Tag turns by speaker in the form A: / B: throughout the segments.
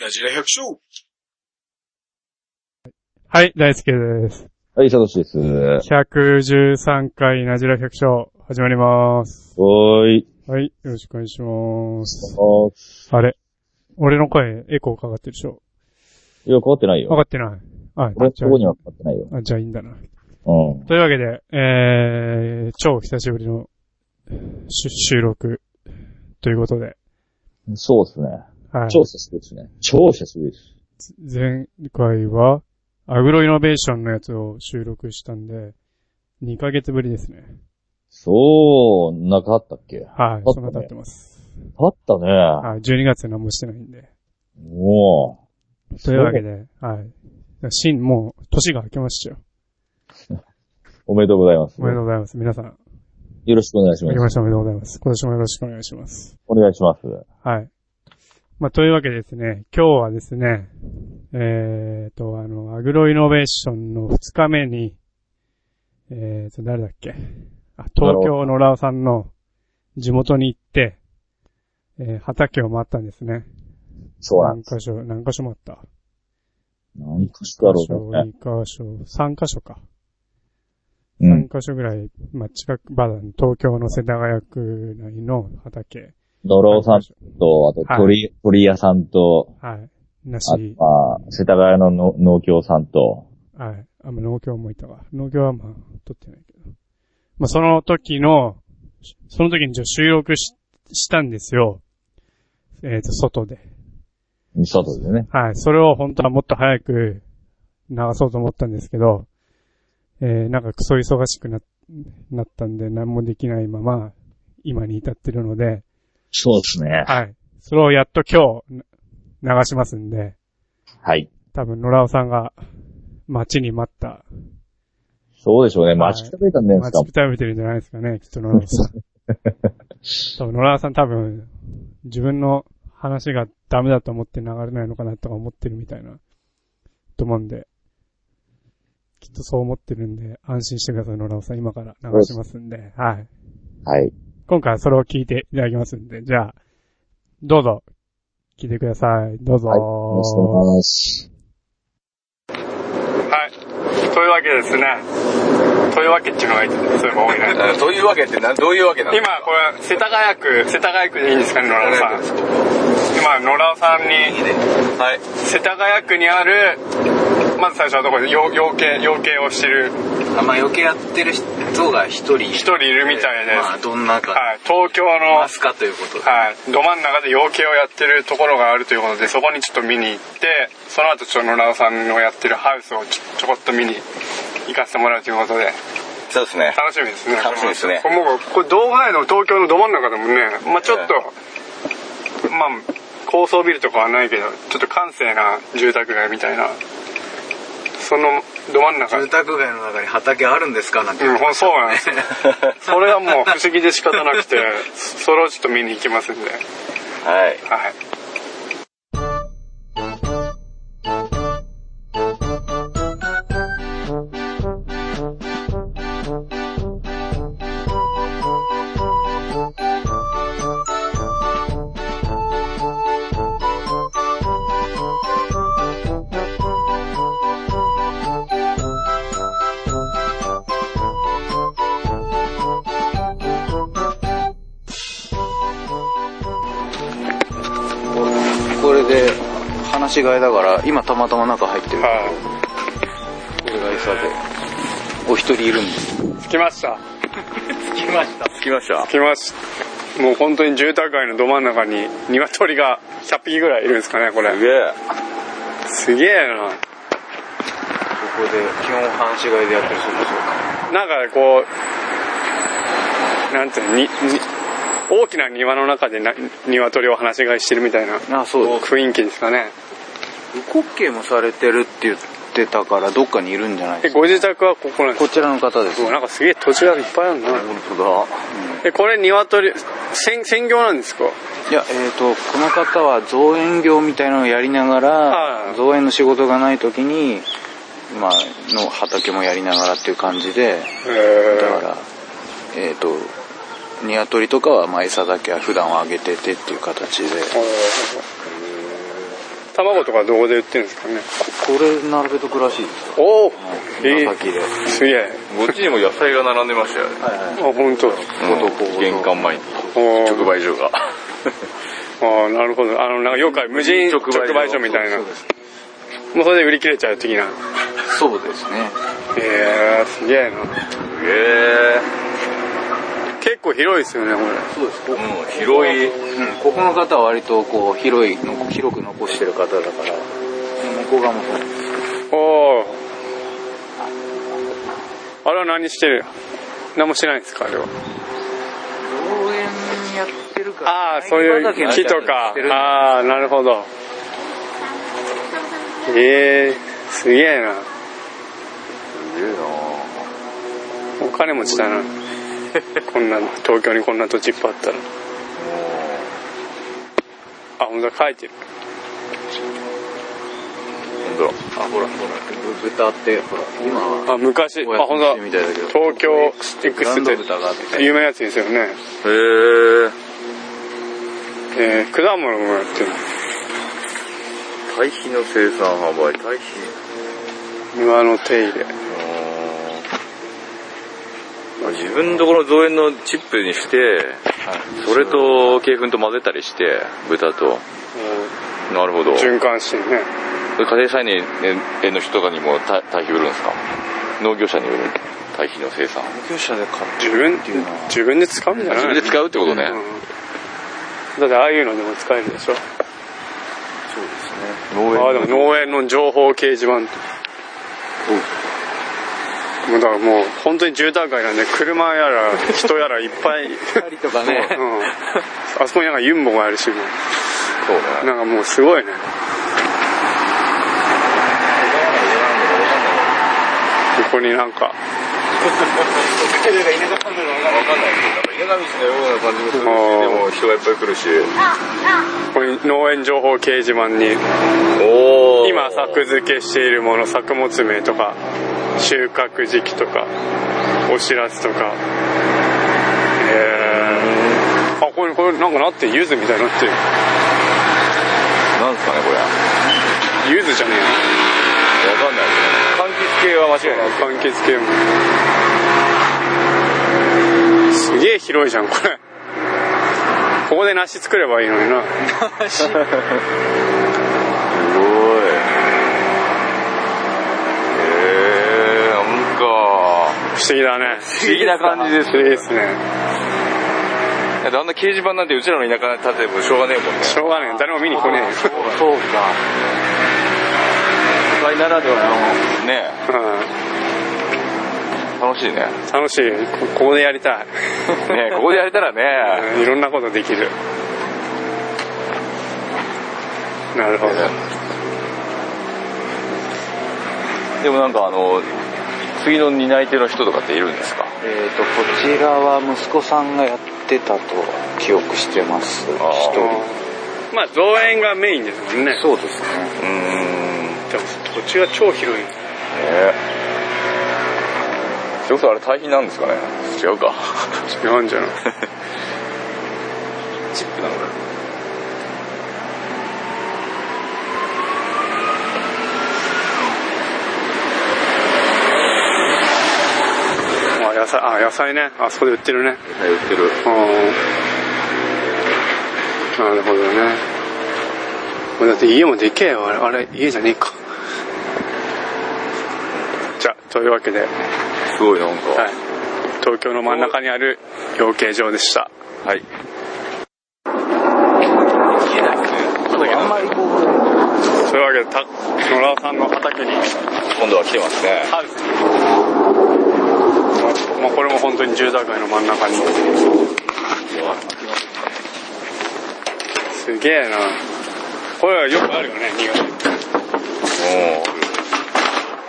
A: ラジラ百姓
B: はい、大輔です。
C: はい、サトシです。
B: 113回ナジラ百姓、始まります。
C: おーい。
B: はい、よろしくお願いします。
C: あ
B: あれ俺の声、エコーかかってるでしょ
C: いや、変わってない
B: か
C: よ。
B: かってない。あ、
C: 俺の
B: じ
C: と
B: ゃ
C: こには変わってないよ。
B: あ、あじゃあいいんだな。
C: うん。
B: というわけで、えー、超久しぶりのし収録ということで、
C: そうですね。
B: はい。
C: 超久しぶりですね。超久しぶりです。
B: 前回は、アグロイノベーションのやつを収録したんで、2ヶ月ぶりですね。
C: そう、なかったっけ
B: は
C: 経
B: い、
C: ったね
B: そんな経ってます。
C: あったね。
B: はい、12月何もしてないんで。
C: もう。
B: というわけで、はい。新、もう、年が明けましたよ。
C: おめでとうございます。
B: おめでとうございます。皆さん、
C: よろしくお願いし
B: 明
C: ま。
B: けますしておめでとうございます。今年もよろしくお願いします。
C: お願いします。
B: はい。まあ、というわけでですね、今日はですね、えーと、あの、アグロイノベーションの2日目に、えーと、誰だっけあ、東京のラオさんの地元に行って、えー畑を回ったんですね。
C: そうなん
B: 何
C: です。
B: 箇所、何箇所回った
C: 何かしだろうね。
B: ?2 箇所、3箇所か。
C: うん。
B: 3カ所ぐらい、まあ、近く、まだ東京の世田谷区内の畑。
C: ドローさんと、あと
B: はい
C: 鳥、鳥屋さんと、
B: はい。なし
C: あ、とは世田谷のの農協さんと、
B: はい。あ、まあ農協もいたわ。農協はまあ、撮ってないけど。まあ、その時の、その時にちょっと収録ししたんですよ。えっ、と、外で。
C: 外でね。
B: はい。それを本当はもっと早く流そうと思ったんですけど、えー、なんかクソ忙しくな、なったんで何もできないまま、今に至ってるので、
C: そうですね。
B: はい。それをやっと今日、な流しますんで、
C: はい。
B: 多分、野良尾さんが、待ちに待った、
C: そうでしょうね。
B: はい
C: 待ちくたびたんじゃないですか
B: 待ち。くたびてるんじゃないですかね、きっと野良尾 さん。多分、野良尾さん多分、自分の話がダメだと思って流れないのかなとか思ってるみたいな、と思うんで、きっとそう思ってるんで、安心してください、野良尾さん。今から流しますんで、はい。
C: はい。
B: 今回はそれを聞いていただきますんで、じゃあ、どうぞ、聞いてください。どうぞ。
C: はい。よろしくお願いし
B: はい。というわけですね。というわけっていうのがいいそういえば多い な。
A: どういうわけってな、どういうわけなの
B: 今、これ、世田谷区、世田谷区でいいんですかね、野良さん。今、野良さんに、
A: はい。
B: 世田谷区にある、まず最初はどこで、養養鶏、養鶏をしてる
D: あまあ余計やってる人が一人いる
B: 一人いるみたいです。
D: まあどんなか
B: はい、東京
D: い
B: の
D: ま、すかということで
B: はい、ど真ん中で養鶏をやってるところがあるということで、そこにちょっと見に行って、その後ちょっと野良さんのやってるハウスをちょちょこっと見に行かせてもらうということで。
A: そうですね。
B: 楽しみですね。
A: 楽しみですね
B: これもう、これ道外の東京のど真ん中だもんね。まあちょっと、まあ高層ビルとかはないけど、ちょっと閑静な住宅街みたいな。そのど真ん中。う
D: 住
B: ん、
D: 宅街の中に畑あるんですかなんて、
B: ほんそうなんですよ。それはもう不思議で仕方なくて、それをちょっと見に行きますんで。
A: はい。
B: はい。
D: これで話し飼いだから今たまたま中入ってる
B: は
D: これが餌でお一人いるんです
B: い。着きました。
D: 来ました
A: 着きました。
B: 着きました。もう本当に住宅街のど真ん中に鶏が100匹ぐらいいるんですかね、これ
A: す。げえ。
B: すげえな。
D: ここで基本話し飼いでやってるそうですよ
B: なんかこう、なんていうの、に、に大きな庭の中でな鶏を放し飼いしてるみたいな
D: あそうです
B: 雰囲気ですかね。
D: 無呼吸もされてるって言ってたからどっかにいるんじゃない
B: え、
D: ですか
B: ご自宅はここなんです
D: こちらの方です
B: かなんかすげえ土地がいっぱいあるな。
D: 本当だ、
B: え、これ鶏、専、専業なんですか
D: いやえー、とこの方は造園業みたいなのをやりなが
B: は
D: ら
B: い
D: 造園の仕事がない時にまあの畑もやりながらっていう感じで
B: へ
D: だからえっ、ー、と鶏とかはまあ餌だけは普段はあげててっていう形で
A: 卵とかどこで売ってるんですかね。
E: これ並べとくらしいですよ
A: おおえ
E: 紫で、
A: ー、すげえ。
D: こっちにも野菜が並んでましたよね。
A: あ、本当。
D: うん玄関前に。
A: お
D: 直
A: ー
D: 売所が。
A: あーなるほど。あの、なんか、よくある無人直売所みたいな。
D: そう
A: も
D: です
A: うそれで売り切れちゃう的な。
E: そうですね
A: えー、すげえな。
D: へえ。
A: 結構広いですよね、これ。
E: そうですこ,、
D: うん、広い。
E: ここの方は割とこう広いの広く残してる方だから向こう側もそう
A: おお。あれは何してる何もしてないんですか、あれは。
E: 農園やってるから
A: ああ、そういう木とか。ああ、なるほど。ええすげえな。お金持ちだな。こんな、東京にこんな土地いっぱいあったら。あ、ほんとだ、書いてる。
D: 本当あ、ほら、ほ
E: 豚ってほら今は
A: あ、昔、あ、
E: おやつ
A: ほん
E: にし
A: と
E: て
A: だ
E: みたいだけど、
A: 東京 X
E: ブランド
A: っ
E: 豚があって
A: て有名なやつですよね。
D: ら。へえ。
A: えー、果物もやってる。
D: 堆肥の生産販売。堆肥。
A: 庭の手入れ。
D: あ自分のところの造園のチップにして、それと鶏粉と混ぜたりして、豚と。なるほど。
A: 循環してね。
D: 家庭菜園の人とかにもた堆肥売るんですか農業者に売る堆肥の生産。
E: 業者で買っ
A: 自分、自分で使うんじゃ
D: 自
A: な
D: 分
A: い
D: で使うってことね。
A: うんだってああいうのでも使えるでしょ
E: そうですね
D: 農
A: ああで
D: の
A: も農園の情報掲示板もうだからもう本当に住宅街なんで車やら人やらいっぱい、うん、
E: 光とかね
A: あそこになんかユンボがあるしも
D: そう
A: う
D: ね。
A: なんかもうすごいねここになん か
D: わかんないけど、なんか稲上のような感じもするし、でも人がいっぱい来るし。
A: ここに農園情報掲示板に
D: お
A: 今作付けしているもの作物名とか収穫時期とかお知らせとかえー、あこれこれなんかなってる柚子みたいになってる
D: なんですかね、これ。わ
A: 柚子じゃね
D: かんないですね。柑橘系は間違いない。
A: えな柑橘系もすげえ広いじゃんこれここで梨作ればいいのにな
D: すごい。へえ、なんか、
A: 不思議だね
D: 不思議な感じです
A: いいですね
D: だってあんな掲示板なんてうちらの田舎に立ててもしょうがねえもんね。
A: しょうがねえ誰も見に来ね
E: そうか都会ならでは
D: ね
A: えよ、
D: え楽しいね。
A: うん、楽しいこここでやり たい
D: ねえここでやれたらね。
A: いろんなことできる。なるほど。
D: でもなんかあの、次の担い手の人とかっているんですか
E: のえっ、とこちらは息子さんがやってたと記憶してます一
D: あー
E: 人
A: まあ、造園がメインですもんね。
E: そうですね
D: うーん。
A: でも土地が超広い。
D: ええ。それこそあれ堆肥なんですかね違うか。
A: 違うんじゃない
D: チップなのか
A: あ、野菜、あ、野菜ね。あそこで売ってるね。
D: な売ってる。
A: うん。なるほどね。これだって家もでけえよ。あれ、あれ家じゃねえか。じゃあ、というわけで、はい。
D: すごいなんか。
A: 東京の真ん中にある養鶏場でした。
D: はい。
E: あんまりこう
A: というわけで、た野良さんの畑に
D: 今度は来てますね。
A: ハウス。まあ、これも本当に住宅街の真ん中に。すげえな。これはよくあるよね、新潟に
D: おー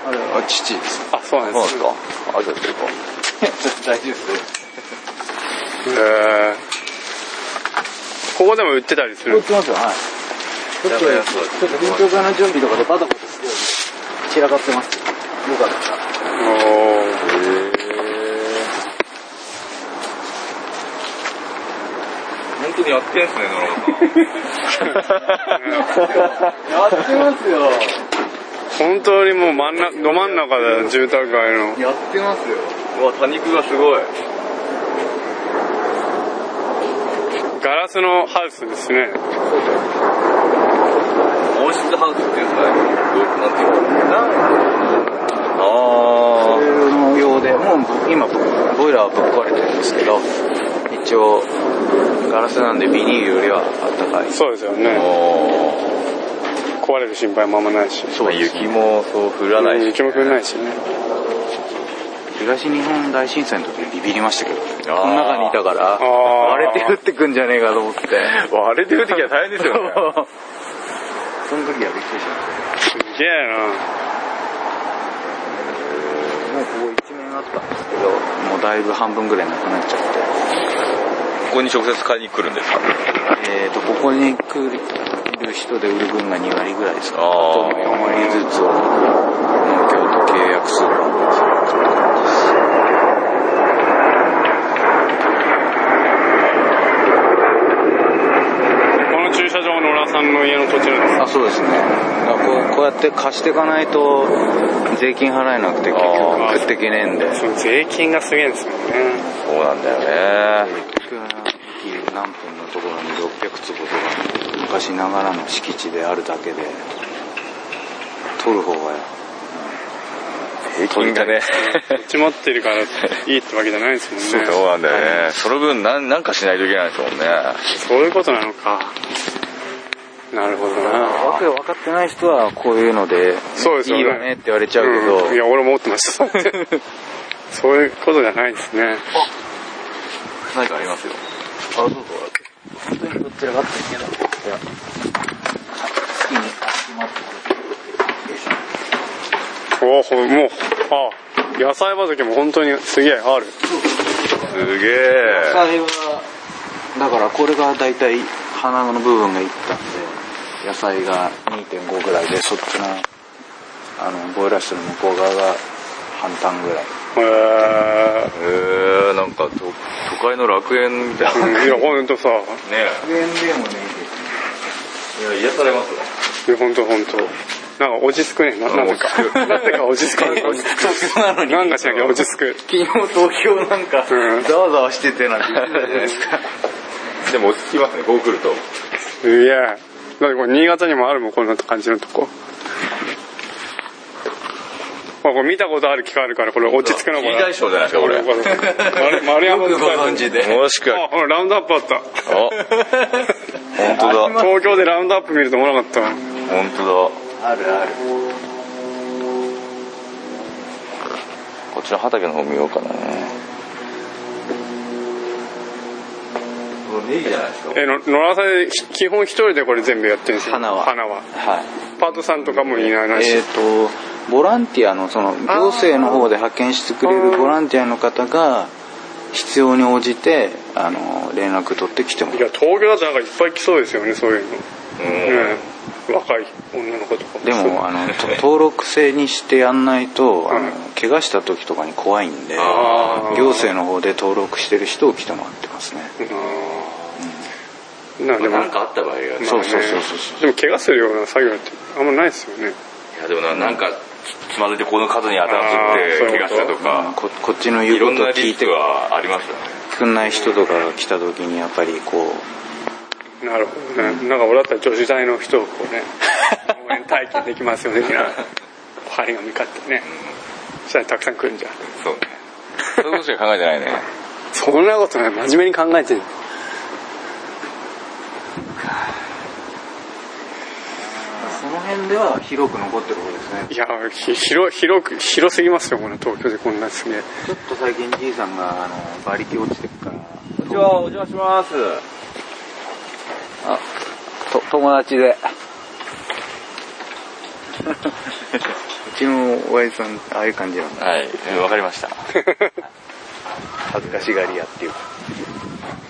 E: あれは父です
A: あ、そうなん
D: そう
A: で
D: ですす。か。あ、じゃあするか。
E: 大丈夫です
A: へえここでも売ってたりす
E: こっ
A: る。
E: ちますよ、はい。ちょっと、ちょっと勉強会の準備とかでバタバタして、散らかってます。よかったら。
A: おー
D: 本当にやってんすね、
E: やってますよ。
A: 本当にもう真ん中、ど真ん中だよ、住宅街の。
E: やってますよ。
D: 野 うわ、多肉がすごい。
A: ガラスのハウスですね。
D: 温室ハウスっていうんですかね。どうなんていうのあー。
E: の用で、もう今、ボイラーぶっ壊れてるんですけど、一応、
D: ガラスなんでビニールよりはあったかい。
A: そうですよね。
D: おー。
A: 壊れる心配もあんまないし。
D: そう、雪もそう降らないし。
A: 雪も降らないしね。
E: 東日本大震災の時にビビりましたけど、
D: あー
E: この中にいたから、
A: あー
E: 割れて降ってくんじゃねえかと思って。
D: 割れてる時は大変ですよ ね。
E: その時はびっくりし
A: すげえ
E: ました。もうここ一面あったんですけど、もうだいぶ半分ぐらいなくなっちゃって。
D: ここに直接買いに来るんですか
E: えー、と、ここに来る人で売る分が2割ぐらいですか。
D: あ
E: あ
D: ー
E: と4割ずつを農協と契約する
A: な。この駐車場の裏さんの家の土地なんです。
E: あ、そうですね。だからこうこうやって貸していかないと税金払えなくて結
A: あー
E: 局食っていけねえんで。
A: その税金がすげえんですよね。
D: そうなんだよね。
E: 駅何分のところに600坪とか昔ながらの敷地であるだけで取る方が
D: 平均がね。
A: 土地持ってるからいいってわけじゃないですもんね。
D: そうなんだよね。その分なん、なんかしないといけないですもんね。
A: そういうことなのか。なるほどな。
E: わけ分かってない人はこういうので
A: そうですよ
E: い
A: ね
E: いよねって言われちゃうけど、
A: うんいや、俺も思ってました。そういうことじゃないですね。
D: 何かありますよ。
E: あ、どうぞ。本当にどちらがっていけど。いや。好きに集まって
A: おほもう、あ、野菜畑も本当にすげえある。
D: すげ
E: 野
D: え。
E: 菜は、だからこれが大体花の部分がいったんで、野菜が2.5ぐらいで、そっちの、あの、ボイラー室の向こう側が半単ぐらい。
A: えー
D: えー、なんか都都会の楽園みたいな。ね
A: うんいや、ほんとさ、
D: え。
E: 上でもね、
D: いや、癒されます
A: いやほんとほんと。なんか落ち着くね、ななぜか。なぜか落ち着く。
E: 東京なのに、
A: なんかしなきゃ落ち着く。
E: 昨日東京なんか
A: うん、
E: ざわざわしててなんて言ってたじゃないですか。
D: ね。でも落ち着きますね、こう来ると。
A: すげえ。だってこれ新潟にもあるもん、こんな感じのとこ。まあ、これ見たことある機会あるから、これ落ち着くの
D: い
A: こ
D: い大
A: れ。
D: 将じゃないですか、これ。も
A: 丸丸山の大
E: 存知で。
D: しくは。
A: あ、ほら、ラウンドアップあった。
D: あ、 本当だ。
A: 東京でラウンドアップ見ると思わなかったわ。
D: 本当だ。
E: あるある。
D: こっちの畑の方見ようかな。こネギじゃないですか。
A: え、の野良さん、ひ基本一人でこれ全部やってるんですよ。
E: 花は
A: 花は。
E: はい。
A: パートさんとかもいないし。
E: えっ、と、ボランティアの、その、行政の方で派遣してくれるボランティアの方が、必要に応じて、あの、連絡取ってきても
A: いや、東京だとなんかいっぱい来そうですよね、そういうの。
D: うん。
A: ね若い女の子とか
E: でも、あの、と登録制にしてやんないと、あ
A: うん
E: の、怪我した時とかに怖いんで、
A: あー
E: 行政の方で登録してる人を来てもらってますね。
A: うんなでも、
D: なんかあった場合は。いや、
E: そうそうそうそうそ
A: でも怪我するような作業ってあんまないですよね。
D: でもななんか、つつまずいてこの数に当たって
A: あー
D: 怪我したと
E: うん
D: か、
E: ここっちの言
D: いうろ
E: こ
D: ん
E: とを
D: な
E: 聞
D: リ
E: い
D: スク
E: て
D: はありますよね。
E: くんない人とかが来た時に、やっぱりこう、
A: なるほどね。なんか俺だったら女子大の人をこうね、応援体験できますよね、み たいな。針が向かってね。そしたらたくさん来るんじゃん。
D: そうね。そういうことしか考えてないね。
A: そんなことない。真面目に考えてる。
E: その辺では広く残ってる方ですね。
A: いや、ひ広、広く、広すぎますよ、この東京でこんなすげえ。
E: ちょっと最近じいさんが、あの、馬力落ちてるから、
D: こんにちは、お邪魔します。
E: あ、と、友達で。うちの親父さん、ああいう感じなんだ。
D: はい、うんわかりました。
E: 恥ずかしがり屋っていうか。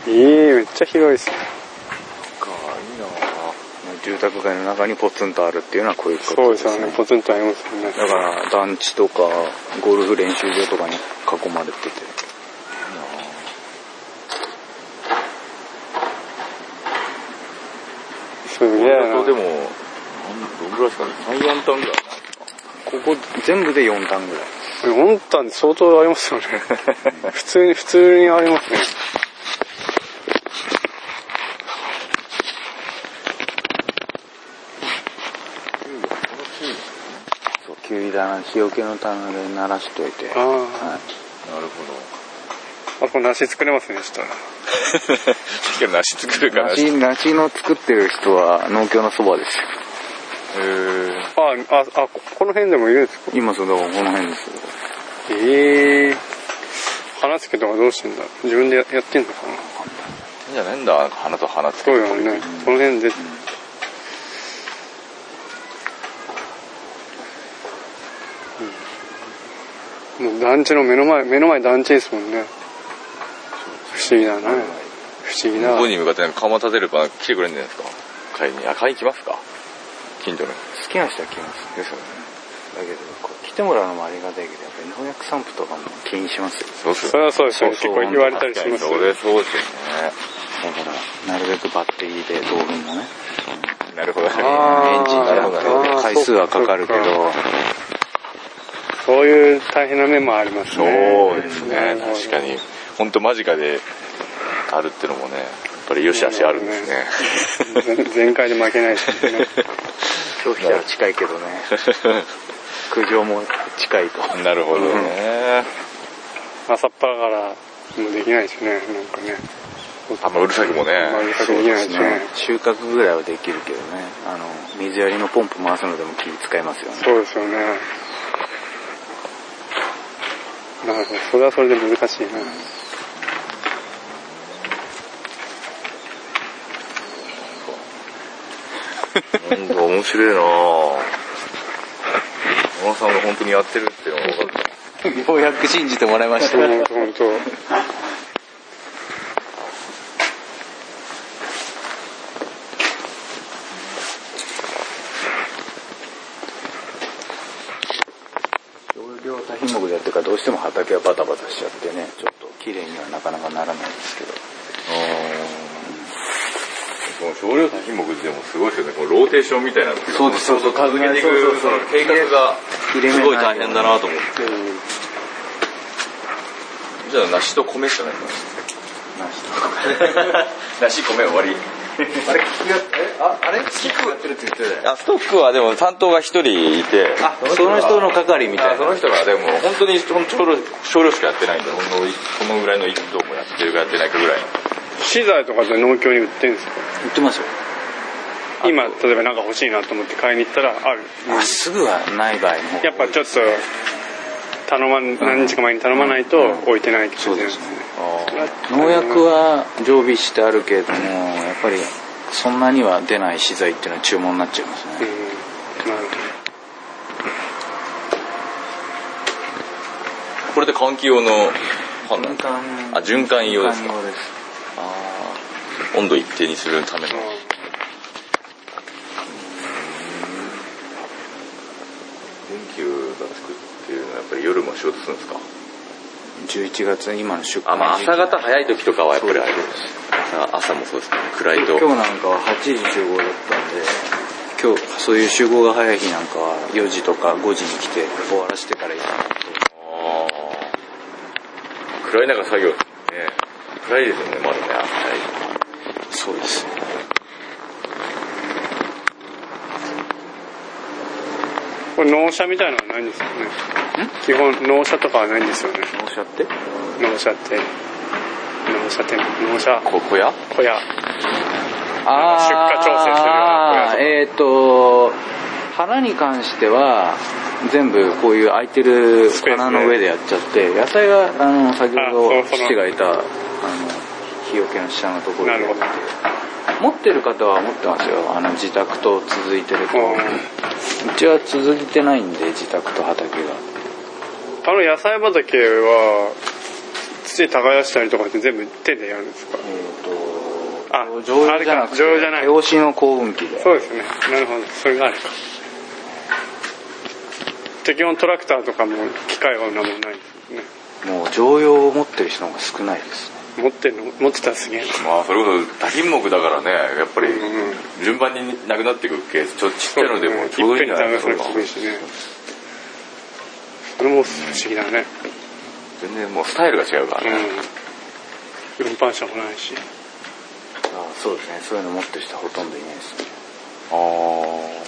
A: いい、めっちゃ広いですね。
E: いいな住宅街の中にポツンとあるっていうのはこういうこ
A: そう
E: と
A: ですよね、ポツンとありますよね。
E: だから、団地とか、ゴルフ練習場とかに囲まれてて。
A: すげえ
D: 俺
A: な
D: だとでも、なんどんぐらいですかね。3、4単ぐらい。
E: ここ全部で4段ぐらい。
A: 4単相当ありますよ ね普通に普通にありますね
E: そう、キュウリ棚、日よけの棚で鳴らしといて。
A: あ
E: は
A: あ
E: い。
D: なるほ
A: あこれ梨作れますねしたら
D: ど。さっきの梨作るから。へ
E: 梨、梨の作ってる人は農協のそばですよ。
D: ー。
A: あああここの辺でもいるんですか
E: 今そうだからこの辺ですよ。
A: ええ花つけとかどうしてんだ自分でややってんのかな
D: じゃねえんだ、花と花つけ
A: そうよねこの辺でうんもう団地の目の前目の前団地ですもんね不思議だね不思議な
D: 向こうに向かってなんか看板立てれば来てくれるんじゃないですか買いに。あ、買いに来ますか近所の。
E: 好きな人は来ます。
D: ですよね。
E: だけど、こう来てもらうのもありがたいけど、やっぱり農薬散布とかも気にしますよ。
D: そうっす
A: それはそうですよね
E: そうそう
A: 結構言われたりします
D: それそうですよ
E: だから、なるべくバッテリーで動輪がね、
D: ね。なるほどね。
A: あー
E: エンジン
D: な
E: が
D: る
E: や
D: ほ
E: っ
D: どね。
A: あー
E: ぱり回数はかかるけど、
A: そっかそういう大変な面もあります
D: そう
A: ね
D: です
A: な
D: ね
A: るほど
D: 確かに本当間近であるってのもねやっぱり良し悪しあるんですね
A: 全 全開で負けないし、ね、
E: 消費者は近いけどね、苦情も近いと。
D: なるほどね、
A: 朝っぱらからもできないしねなんかね
D: あんまうるさくもね
A: あんまり
E: そう
A: でき
E: で
A: ないし
E: すね
A: ね。
E: 収穫ぐらいはできるけどね。あの、水やりのポンプ回すのでも気使いますよね。
A: そうですよねなるほどそれはそれで難しいな
D: なんか面白いなぁ小野さんが本当にやってるっていうのが分かっ
E: ようやく信じてもらいました。
A: 本当本当
E: 同量多品目でやってるからどうしても畑はバタバタしちゃってね、ちょっと綺麗にはなかなかならないですけど。
D: たこの少量多品目でもすごいですよねこのローテーションみたいな
E: そうですそうそう
D: 続けていく
E: そうそ
D: そ
E: うそう
D: の計画が
E: 入れ
D: すごい大変だ
E: な。
D: なと思ってじゃあ梨と米しかないかな梨米終わり
E: あれ、聞くやえ あ、あれ聞くやってるって言ってたよね。
D: あストックはでも担当が一人いて
E: あ、その人の係みた
D: あ
E: い
D: そ
E: な。
D: の人がでも本当にほんと少量少量しかやってないんでほんのこのぐらいの一等もやってるかやってないかぐらいの
A: 資材とかって農協に売ってるんですか
E: 言ってますよ。
A: 今例えばなんか欲しいなと思って買いに行ったらある
E: あ、すぐはない場合の方が
A: やっぱちょっと頼まん何日か前に頼まないと置いてないって
E: そ
A: 感
E: う
A: じなんで
E: で
A: すすね
E: ね。農薬は常備してあるけれども、やっぱりそんなには出ない資材っていうのは注文になっちゃいます
A: うん
E: ね。
A: なるほど
D: これで換気用のファンなん
E: 循
D: ですか
E: 環
D: あ循環用ですか
E: 循環用です
D: あー温度一定にするための電球がつくっていうのはやっぱり夜も仕事するんですか
E: 11月、今の出荷
D: あまあ
E: の時期
D: 朝方早い時とかはやっぱりあれ
E: そう
D: 朝朝もそうですね暗いと
E: 今日なんかは8時集合だったんで、今日、そういう集合が早い日なんかは4時とか5時に来て終わらせてから行かないと
D: あー暗い中作業ね暗いですよねまだね
E: そうですね。
A: これ納車みたいなのはないんですよね基本納車とかはないんですよね
E: 納車って
A: 納車って納車店納車
D: ここや
A: 小屋
E: あー
A: 出荷調整するような小屋とか
E: えっ、と、花に関しては、全部こういう空いてる
A: ペースで
E: 花の上でやっちゃって、野菜は、あの、先ほ
A: あ
E: ど
A: そうその
E: 父がいた、あの、日よけの下のところ
A: な
E: で
A: るほど
E: 持ってる方は持ってますよ。あの、自宅と続いてると。
A: あ
E: うちは続いてないんで、自宅と畑が。
A: の野菜畑は土耕したりとかって全部手でやるんですか
E: えっ、
A: あ
E: と、上
A: あ
E: 手
A: れ
E: じゃな
A: か
E: くて、
A: 上手じゃない
E: 養子の幸運期で。
A: そうですねなるほどそれがあるかじゃあ基本トラクターとかも機械はなもんないんですよね
E: もう常用を持ってる人の方が少ないですね。
A: 持ってんの持ってたらすげえな
D: まあそれこそ多品目だからねやっぱり
A: うんうん
D: 順番になくなっていくケースちょっとちっちゃいのでもちょうどいいんじゃないです
A: そ
D: か
A: れ厳しいねそれも不思議だね
D: 全然もうスタイルが違うからね、
A: うん運搬車もないし
E: あそうですねそういうの持ってる人はほとんどいないです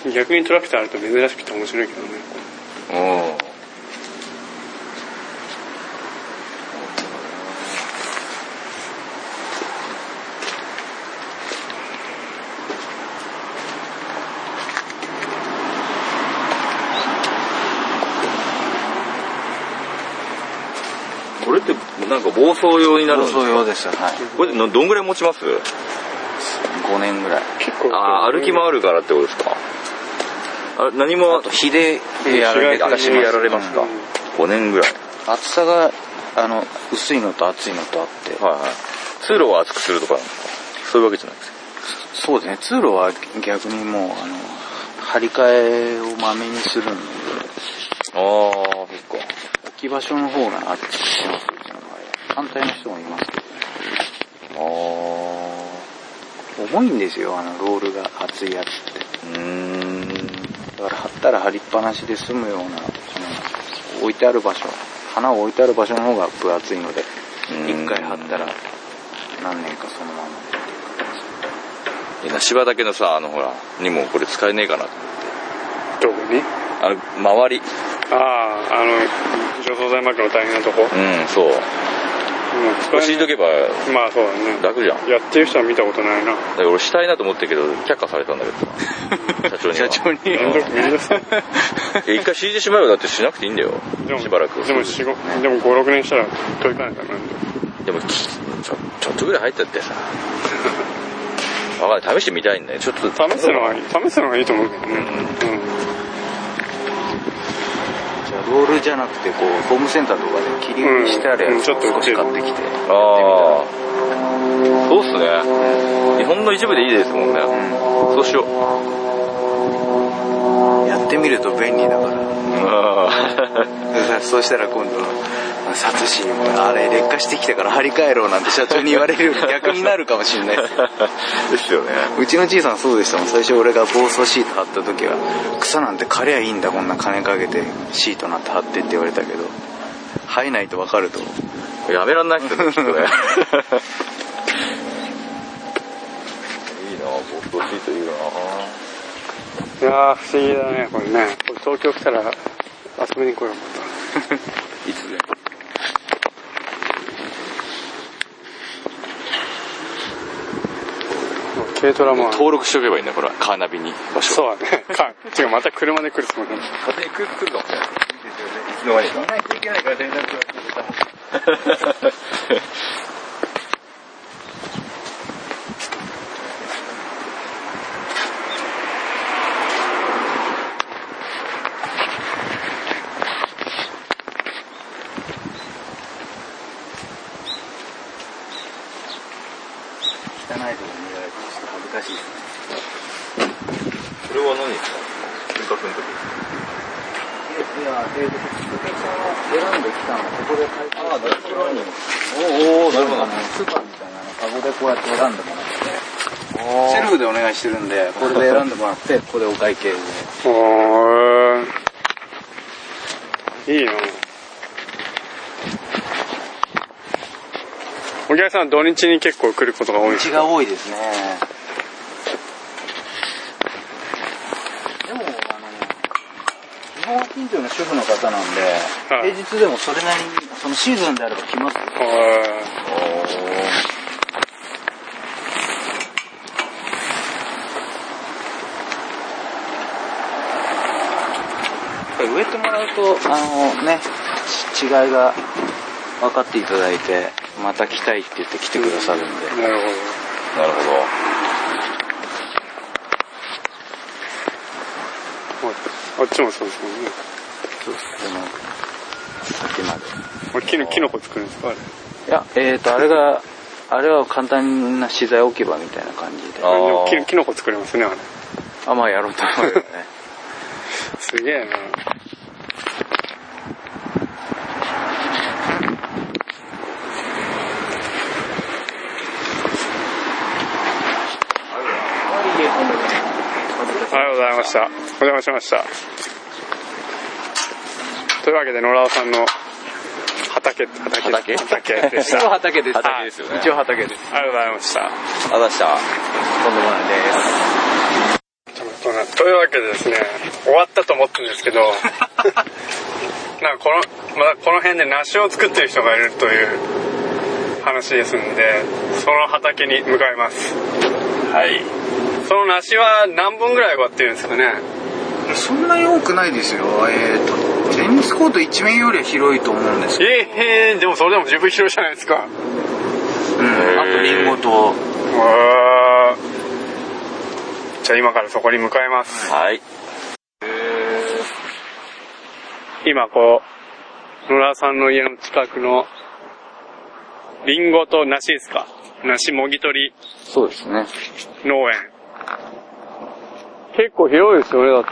E: ね
A: 逆にトラクターあると珍しくて面白いけどね
D: ああうんこれってなんか暴走用になるんですか
E: そうようですよはい
D: これなどんぐらい持ちます
E: 5年ぐらい
A: 結構
D: ああ歩き回るからってことですかあ何も
E: あと火で
A: やられる
D: 足やられますか、
A: うん
D: 5年ぐらい
E: 厚さがあの薄いのと厚いのとあって
D: はいはい通路を厚くするとかなんですかそういうわけじゃないですか
E: そうですね通路は逆にもうあの張り替えをまめにするんで
D: ああそっか
E: 置き場所の方があっちにしますっていうのもあれ反対の人もいます
D: あ
E: け
D: あ
E: ど重いんですよあのロールが厚いやつって
D: うーん
E: だから貼ったら貼りっぱなしで済むような、その、置いてある場所、花を置いてある場所の方が分厚いので、
D: うん
E: 一回貼ったら、何年かそのまま。
D: 稲芝だけのさあのほらにもこれ使えねえかな
A: どこに
D: あの周り
A: あああの除草剤巻くの大変なとこ、うん、
D: うんそう
A: 使え
D: 教
A: な
D: え
A: い
D: とけば
A: まあそうだね
D: 楽じゃん
A: やってる人は見たことないな
D: だから俺したいなと思ってるけど却下されたんだけどさ社長には
E: に
A: めんどくめんどくさい
D: え一回敷いてしまえばだってしなくていいんだよ
A: でも
D: しばらく
A: でも四五でも56年したら取り替えたなんで
D: でもきちょちょっとぐらい入ったってさわかんない試してみたいんだよちょっと
A: 試すのはいい試すのがいいと思うけどねうん
E: じゃあロールじゃなくて、こう、ホームセンターとかで切り売りしてあるやつ
A: うん
E: を
A: ちょっと売っ
E: 少
A: て
E: し
A: る
E: 買ってきて。
D: ああそうっすね日本の一部でいいですもんねそうしよう
E: やってみると便利だから。
D: うん
E: そうしたら今度、サトシにも、あれ劣化してきたから張り替えろなんて社長に言われるより逆になるかもしれない です。
D: ですよね
E: うちのじいさんそうでしたもん最初俺が防草シート貼った時は草なんて刈りゃいいんだこんな金かけてシートなんて貼ってって言われたけど生えないと分かると
D: やめらんないっすよねきっとねいい なボットシートいいよ
A: いやー不思議だねこれねこれ東京来たら遊びに来ようま
D: ないつで
A: たもう軽トラも
D: 登録しとけばいいんだよこれはカーナビに場所
A: そうだねか違うまた車で来るつもりだね
D: 勝手に来るかもしれないいつの間にか
E: ないといけないから連絡は汚いとこ見られてちょっと恥ずかしいですね
D: それは何ですか噴火するとき
E: いや、で、お客さんが選んできたのは、ここで買い取る。ああ、なるほど。おお、なるほど。スーパーみたいなカゴでこうやって選んでもらって、セルフでお願いしてるんで、これで選んでもらって、ここでお会計で。
A: おーいいなお客さん土日に結構来ることが多いです
E: うちが多いですね。でも、あの、基本は近所の主婦の方なんで、
A: はい
E: 平日でもそれなりに、そのシーズンであれば来ますよ。
A: おー
E: 植えてもらうと、あのね、ち違いが分かっていただいて、また来たいって言って来てくださるんで。
A: なるほ
D: なるほど
A: どおあっちもそうですもんね
E: そうですね。先まで。
A: これキノキノコ作るんですかあれ
E: いや、えっ、と、あれが、あれは簡単な資材置き場みたいな感じで。
D: あー
A: でもキノキノコ作れますねあれ
E: あ、まあやろうと思うよ ね。
A: すげえなありがとうございました。お邪魔しました。というわけで、野良尾さんの畑、畑
F: 畑
A: 畑で した。
F: 一応
A: あ
F: 畑です。
D: 畑ですよね
F: はい一応畑です。
A: りがとうございました。
D: あざした。
F: とんでもないです。
A: というわけでですね、終わったと思ったんですけ ど、なんかこの、まだこの辺で梨を作ってる人がいるという話ですんで、その畑に向かいます。
D: はい。
A: その梨は何本ぐらい割ってるんですかね
E: そんなに多くないですよ。えっ、と、テニスコート一面よりは広いと思うんですけ
A: ええでもそれでも十分広いじゃないですか。
E: ど、うん、あとリンゴと、
A: わーじゃあ今からそこに向かいます。
D: はい。
A: 今こう、野良さんの家の近くの、リンゴと梨ですか梨もぎ取り
E: そうですね。
A: 農園。結構広いですよね、だっ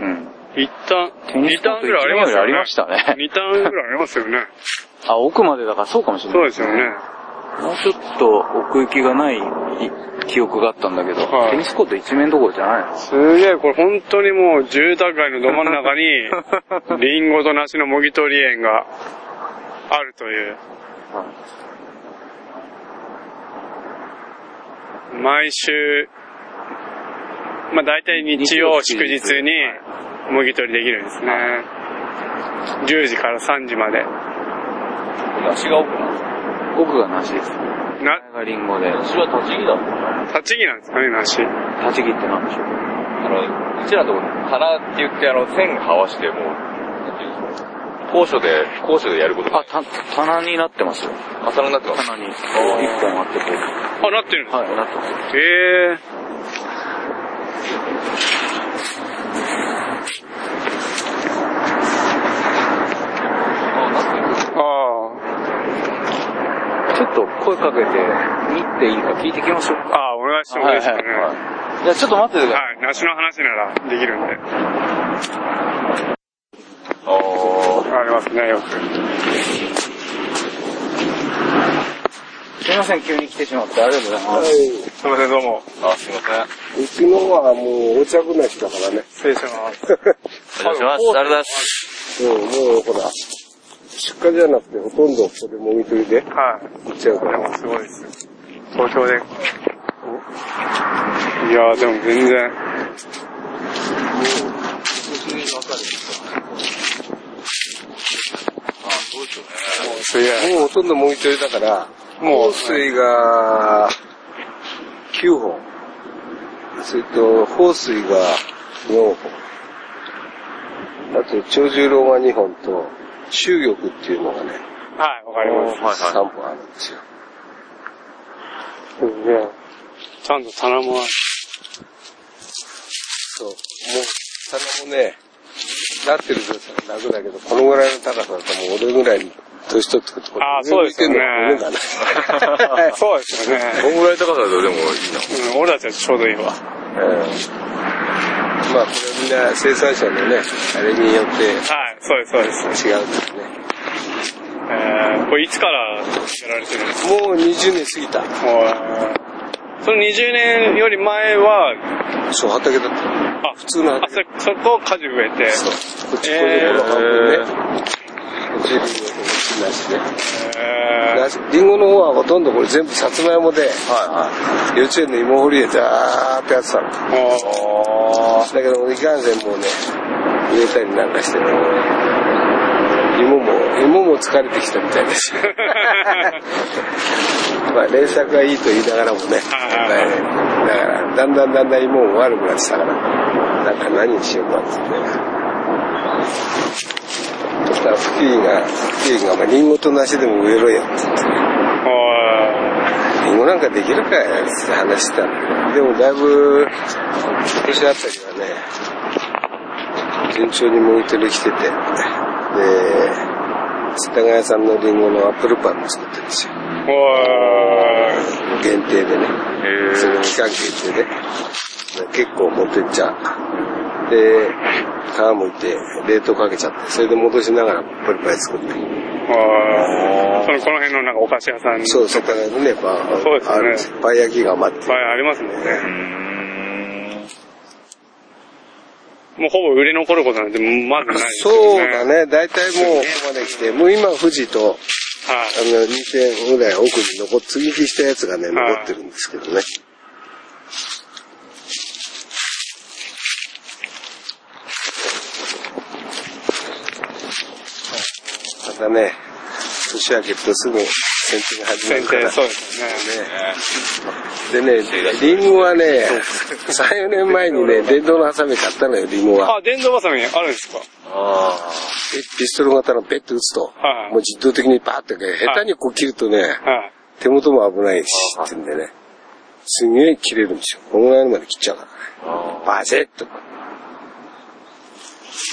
E: うん。
A: て。一旦、
E: テニ
A: 二
E: スコー
A: 段
E: ト
A: ぐらいあ
E: 一
A: り
E: 面
A: ま
E: よ
A: すよ
E: り
A: ね。
E: ありましたね。
A: 二段ぐらいありますよね。
E: あ、奥までだからそうかもしれ
A: そ
E: な
A: う
E: い
A: ですよね。
E: もうちょっと奥行きがない記憶があったんだけど、
A: はい
E: テニスコート一面どころじゃないの
A: すげえ、これ本当にもう住宅街のど真ん中 に、リンゴと梨のもぎ取り園があるという。毎週、まあ大体日曜
E: 日
A: 祝
E: 曜
A: 日にもぎ取りできるんですね。10時から3時まで。
D: 梨が奥なんです
E: 奥が梨です。
A: な、
E: 前がリンゴで、
D: 梨は栃木だもん。
A: 立ち木なんですかね、梨。
E: 立ち木ってなんでしょう
D: あの、うちらのとこ、花って言って、あの、線はわして、もう、なんていうんですか高所で、高所でやること
E: あ、た、棚になってますよ。
D: あ、朝になってます。
E: 棚に、一本あってこう。
A: あ、なってるんですか
E: はい、なってます。
A: へえ。あ
E: ちょっと声かけて、見ていいか聞いてきましょう
A: あ、ああ、お願いしてもいいですかね。
E: はいはいじゃあちょっと待っててください。
A: はい、梨の話ならできるんで。
D: あ
A: ありますね、よく。
E: すいません、急に来てしまって。ありがとうございます。
G: う
A: すいません、どうも。
D: あ、すいません。
G: ちのはもうお茶ぐなしだからね。
A: 失礼します。
D: お願いします。ありがとうございます。
G: うん、もうほら、出荷じゃなくてほとんどここでもみ取りで
A: はい。
G: 売っちゃうか
A: これ
G: ら。
A: もすごいですよ。東京で。いやー、でも全然。すげえ。
G: もうほとんどもみ取りだから、
A: もう
G: 香、水が9本。それと、放水が4本。あと、長十郎が2本と、中玉っていうのがね、
A: はい、わかります。
G: 3本あるんですよ。
A: すげえ。ちゃんと棚もある。
G: そう。もう、棚もね、なってると楽だけど、このぐらいの高さだともう俺ぐらいに年取ってくるとこ
A: あーそうですよね
G: 上向いてんのが上だ ね。
A: そうですよね。
D: こんぐらい高さだとでもいいな。
A: うん、俺たちはちょうどいいわ。
G: まあこれみんな生産者のね、あれによっ
A: はい、そうです、そうです。
G: て違うんですね。
A: えー、これいつからやられてるんですか
G: もう20年過ぎ
A: もう、その20年より前は、
G: た。そう、畑だった。
A: あ、
G: 普通の
A: あ、
G: 畑。
A: そ、そこを果樹植えて、
G: そう。こっちこ
A: え
G: れ
A: ー
G: の半分ね。こっちリンゴのなしね。
A: え
G: 梨リンゴの方はほとんどこれ全部さつまいもで、
D: はい
G: 幼稚園の芋掘りでダーってやってたの。
A: ー、も
G: だけどもういかんせんもうね、植えたりなんかしてね、芋も、芋も疲れてきたみたいですよ。まあ、連作はいいと言いながらもね、だ
A: はいはい
G: から、だんだんだんだん芋も悪くなってたから、なんか何にしようかって言ってね。だから、福井が、福井が、まあ、リンゴと梨でも植えろよって言って。
A: う、お
G: リンゴなんかできるかよって話してたんだけどでもだいぶ、今年あたりはね、順調にもぎ取り来てて、で、世田谷さんのリンゴのアップルパンも作ってるんですよ。
A: ー、おー、
G: 限定でね。その期間限定で。結構持ってっちゃう。で、皮むいて、冷凍かけちゃって、それで戻しながらアップルパイ作っ
A: あ
G: て。
A: ーそのこの辺のなんかお菓子屋さんに。
G: そう、世田谷のね、パン、
A: そうですね
G: あるんですよパイ焼きが余って。
A: いっぱいありますもんね。もうほぼ売れ残ることなんてまずないです
G: そう
A: よね。
G: だ。ね。大体もうここまで来て、もう今富士と、
A: は
G: あの、2000ぐらい奥に残っ、継ぎ木したやつがね、残ってるんですけどね。またね、年明けるとすぐ剪定が
A: い。
G: 始ま
A: 先
G: るか
A: 手、
G: ら。
A: そうですよね。
G: でね、リンゴはね、3、4年前にね、電動のハサミ買ったのよ、リンゴは。
A: あ、電動バサミあるんですか
G: でピストル型のペッと打つと
A: は、い
G: もう自動的にパーってね、下手にこう切るとね、
A: はい。
G: 手元も危ないし、ってんでね。すげえ切れるんですよ。このぐらいまで切っちゃうからね。バゼッと。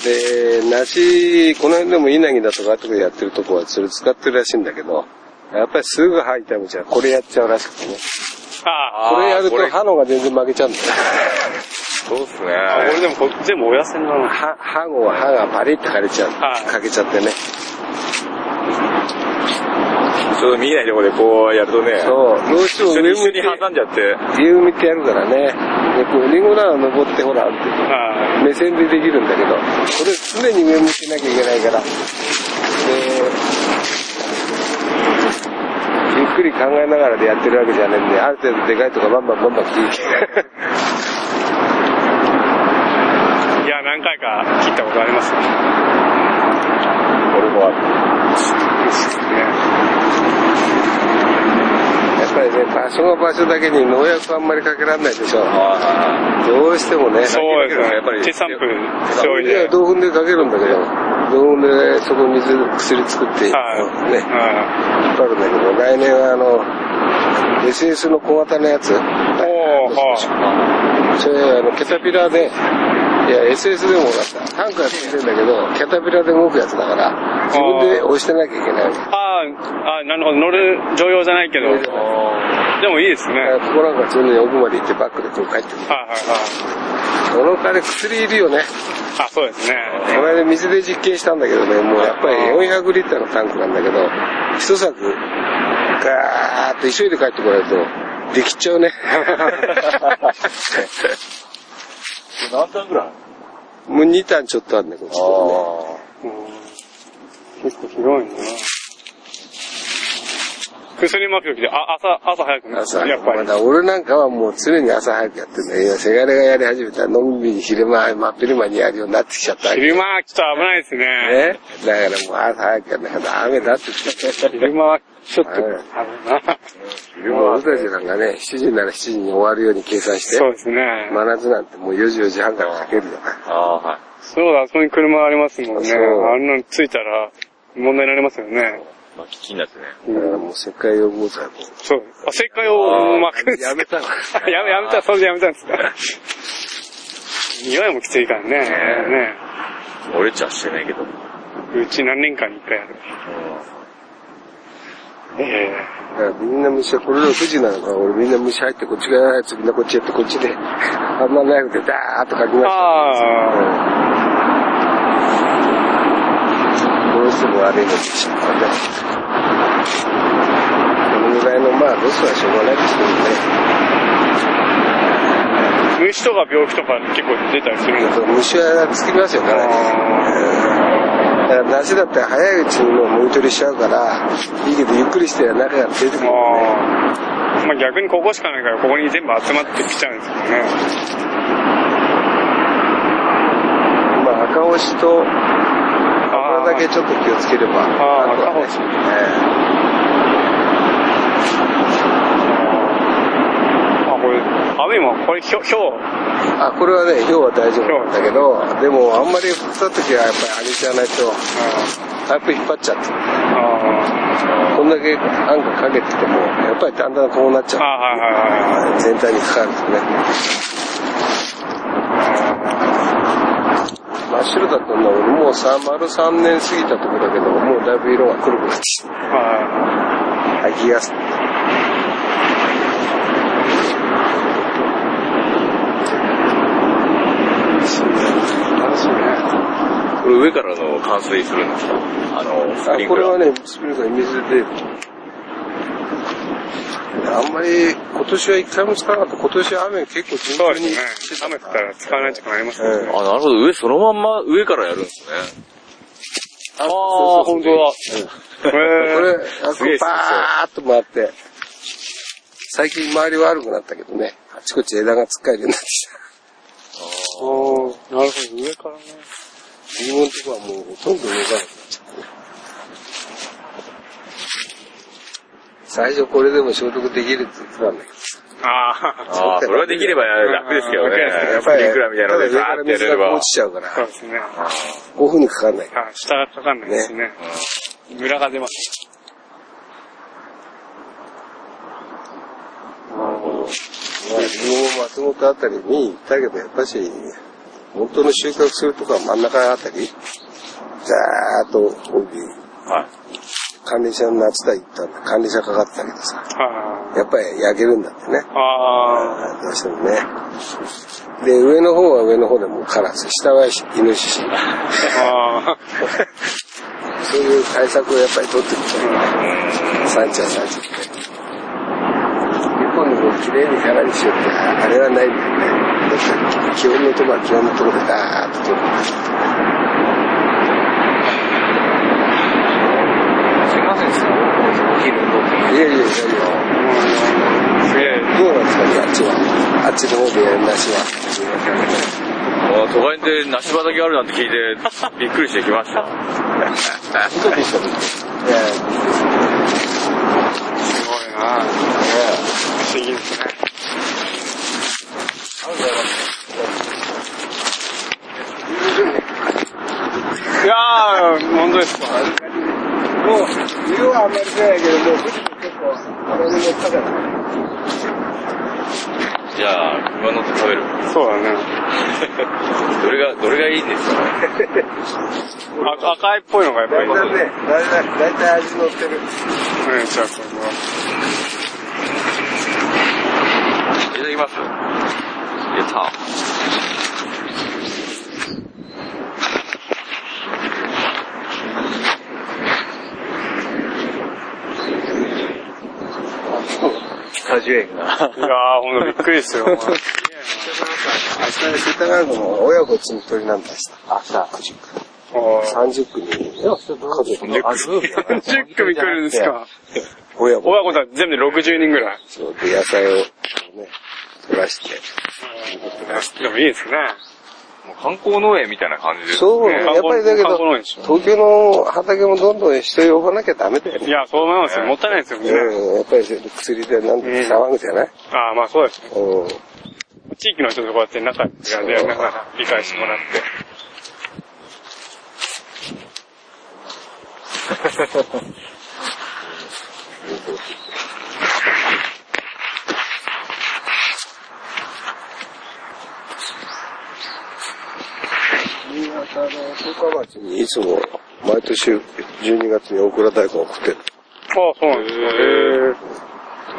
G: で、梨、この辺でも稲城だとかあとでやってるとこはそれ使ってるらしいんだけど、やっぱりすぐ歯痛めちゃう。これやっちゃうらしくてね。
A: ああ、
G: これやる
D: こ
G: と
D: れ
G: 歯のが全然負けちゃ うんだよ。
D: そうっすね。
A: 俺でもこ全部お痩せになるな。
G: 歯、歯後は歯がパリッと枯れちゃう。
A: はい
G: かけちゃってね。
D: ちょうど見えないところでこうやるとね、
G: そう。どうしても
D: 一緒に
G: 上
D: 一緒
G: 向い
D: に
G: て、
D: 挟んじゃって、
G: 上向いてやるからね。で、こう、リンゴなら登ってほら、って。
A: は
G: 目線でできるんだけど、これ常に上向けなきゃいけないから、で、ゆっくり考えながらでやってるわけじゃないんで、ある程度でかいとかバンバンバンバン切っていけ
A: い。いや、何回か切ったことありますね。
G: 俺もある。やっぱりね、場所が場所だけに農薬あんまりかけられないでしょ。どうしてもね。
A: そうですね。
D: やっぱり
A: 手散布、
G: い
A: 醤油で。
G: や、同粉でかけるんだけど、同粉でそこ水、薬作って、
A: はい。
G: ね、
A: は
G: 引っ張るんだけど、来年はあの、SS の小型のやつ、
A: い。おー、は
G: それあのキャタピラで、いや、SS でも分かった。タンクはついてんだけど、キャタピラで動くやつだから、自分で押してなきゃいけないわけ。
A: い。ああー、なるほど。乗る乗用じゃないけど。でもいいですね。はい
G: だからここなんか普通に奥まで行ってバックでこう帰ってくる。
A: はいはい。
G: この金薬いるよね。
A: あ、そうですね。
G: この間水で実験したんだけどね、もうやっぱり400リッターのタンクなんだけど、一柵、ガーッと急いで帰ってこないと、できちゃうね。
H: 何段ぐらい
G: もう2ターンちょっとあるね、こっちもね。
A: 結構広いな。薬マフィオ来て、あ、朝、朝早くね
G: 朝、
A: やっぱ
G: ま
A: り。
G: だ俺なんかはもう常に朝早くやってんだよ。今、せがれがやり始めたら、のんびり昼間、真っ昼間にやるようになってきちゃったわけ。ね。
A: 昼間はちょっと危ないですね。
G: だからもう朝早くやんなきゃダメだって言って。
A: 昼間はちょっと危
G: は
A: ないい。
G: もう俺たちなんかね、7時なら7時に終わるように計算して、
A: そうですね。
G: 真夏なんてもう4時4時半からかけるじゃない。
D: ああ、はい。
A: そうだ、あそこに車ありますもんね。
G: そう
A: あんなのついたら問題になりますよね。
D: まあ、危機になってね。
G: だからもう世界予防剤も。
A: そう。あ、石灰を巻くんです
G: やめたの。
A: あ やめ、やめた、それでやめたんですか。 匂いもきついからね。
D: 折れちゃしてないけど。
A: ねうち何年間に一回やる。え
G: だからみんな虫は、これの富士なのか、俺みんな虫入ってこっち側のやつみんなこっちやってこっちで、あんまナイフでダーッとかきま
A: え
G: した。
A: ああ、
G: どうしても悪いのに失敗だ。このぐらいの、まあ、ロスはしょうがないですけどね。
A: 虫とか病気とか結構出たりするんです
G: やっぱ虫はつきますよ、かなり。だから、梨だって早いうちにもうもぎ取りしちゃうから、いいけど、ゆっくりして中が出てくるんで
A: ああ。まあ逆にここしかないから、ここに全部集まってきちゃうんですよね。
G: まあ、赤星と、
A: あ
G: これだけちょっと気をつければ、
A: あー
G: とはね
A: 赤星
G: え
A: あ、これ、雨も、これ、ひょ、ひょう。
G: えあ、これはね、今日は大丈夫なんだけど、でも、あんまり降った時はやっぱりあげちゃわないと、パイプ引っ張っちゃって。
A: ああ。
G: こんだけアンカーかけてても、やっぱりだんだんこうなっち
A: ああ、
G: ゃう。
A: はいはいはいはい。
G: 全体にかかるんですね。真っ白だったんだけど、もうさ、丸3年過ぎたとこだけど、もうだいぶ色が黒くなってきて、
A: は
G: 飽きやすい。楽しいね。
D: これ上からの冠水するんですかあの、スプリ
G: あ
D: ン
G: こ
D: ク
G: れ
D: ラ
G: は
D: ー。
G: ね、スプリンクラーに水で、あんまり今年は一回も使わなかった。今年は雨結構順
A: そう
G: 調
A: です
G: に
A: ね。雨降ったら使わないとかなりますもんね。
D: あ、なるほど。上そのまんま上からやるんですね。ああー、本当だ。
A: へー
G: これ、あ
D: すげえ
G: バーっと回って、最近周り悪くなったけどね、あちこち枝がつっかえるようになってきた。
A: おーなるほど、上からね。
G: リモンとかはもうほとんど動かない。最初これでも消毒できるって言ってたんだけ
A: ああ、
D: ああ、それができれば楽ですけどね。
G: ど、
D: や
G: や
D: っ
G: っ
D: ぱ
G: ぱ
D: り
G: り、
D: いくらみたいなので
G: ただ上
D: バ
G: か
D: ー
G: ら
D: ってやれ
G: 水
D: れば。
G: が
D: うん
G: 落ちちゃうから、
A: そうですね。あ、
G: 5分かかんない。
A: 下がかかんないですね。ムラが出ます。
G: まあ、リンゴも松本あたりに行ったけど、やっぱし、本当の収穫するとこは真ん中あたり、ざーっと帯、
D: はい
G: 管理者の夏だ行ったんだ。管理者かかったけどさ、
A: あ
G: やっぱり焼けるんだってね。
A: あ。ああ。
G: どうしてもね。で、上の方は上の方でもうカラス、下はイノシシ。
A: ああ。
G: そういう対策をやっぱり取っていきたいね。産地は産地で。一本にこう、綺麗に柄にしようって、あれはないんだよね。だって、気温のとこは気温のとこでダーッと取る。
E: すいません、そのお昼の
G: いやいやいやいや。どうなんですかね、あっちは。あっちの方でやるなしは。
D: あー都会で梨畑あるなんて聞いて、びっくりしてきました。
G: いや、
A: すごいな不思議ですね。いやー、本当ですか。
G: もう、冬はあんまり出ないけど、もう、結構、あまり乗ったから。
D: じゃあ、車乗って食べる。
A: そうだね。
D: どれが、どれがいいんですかね。
A: あ赤いっぽいのがやっぱ
G: だい
A: りいい
G: たいね、だいたい、だいたい味乗って
A: うん、じ
G: る。
A: ゃあこれは。
D: いただきます。やった。
E: 果樹園が。
A: いやー、ほんとびっくりですよ。もう
G: あちらの世田谷区の親子ちの鳥なんだした。
E: 朝。
A: おー
G: 30区に、
A: 10組来るんですか。
G: 親子
A: 親子さん全部で60人ぐらい。
G: そうで野菜をね、取らして。
A: でもいいですね。
D: もう観光農園みたいな感じです。
G: そう、
A: ね
G: やっぱりだけ
A: 観光農
G: ど
A: 園でし、ょ
G: 東京の畑もどんどん人呼ばなきゃダメだよ
A: い
G: ね。
A: や、そう思いますよ。もったいないですよ、みんな。
G: うん、やっぱり薬でなんで
A: うん
G: 騒ぐじゃない
A: ああ、まあそうですね。
G: うん。
A: 地域の人とこうやって仲がね、なんか理解してもらって。
G: 新潟の十日町にいつも、毎年12月に大倉大根を送ってる。
A: ああ、そうなんですね。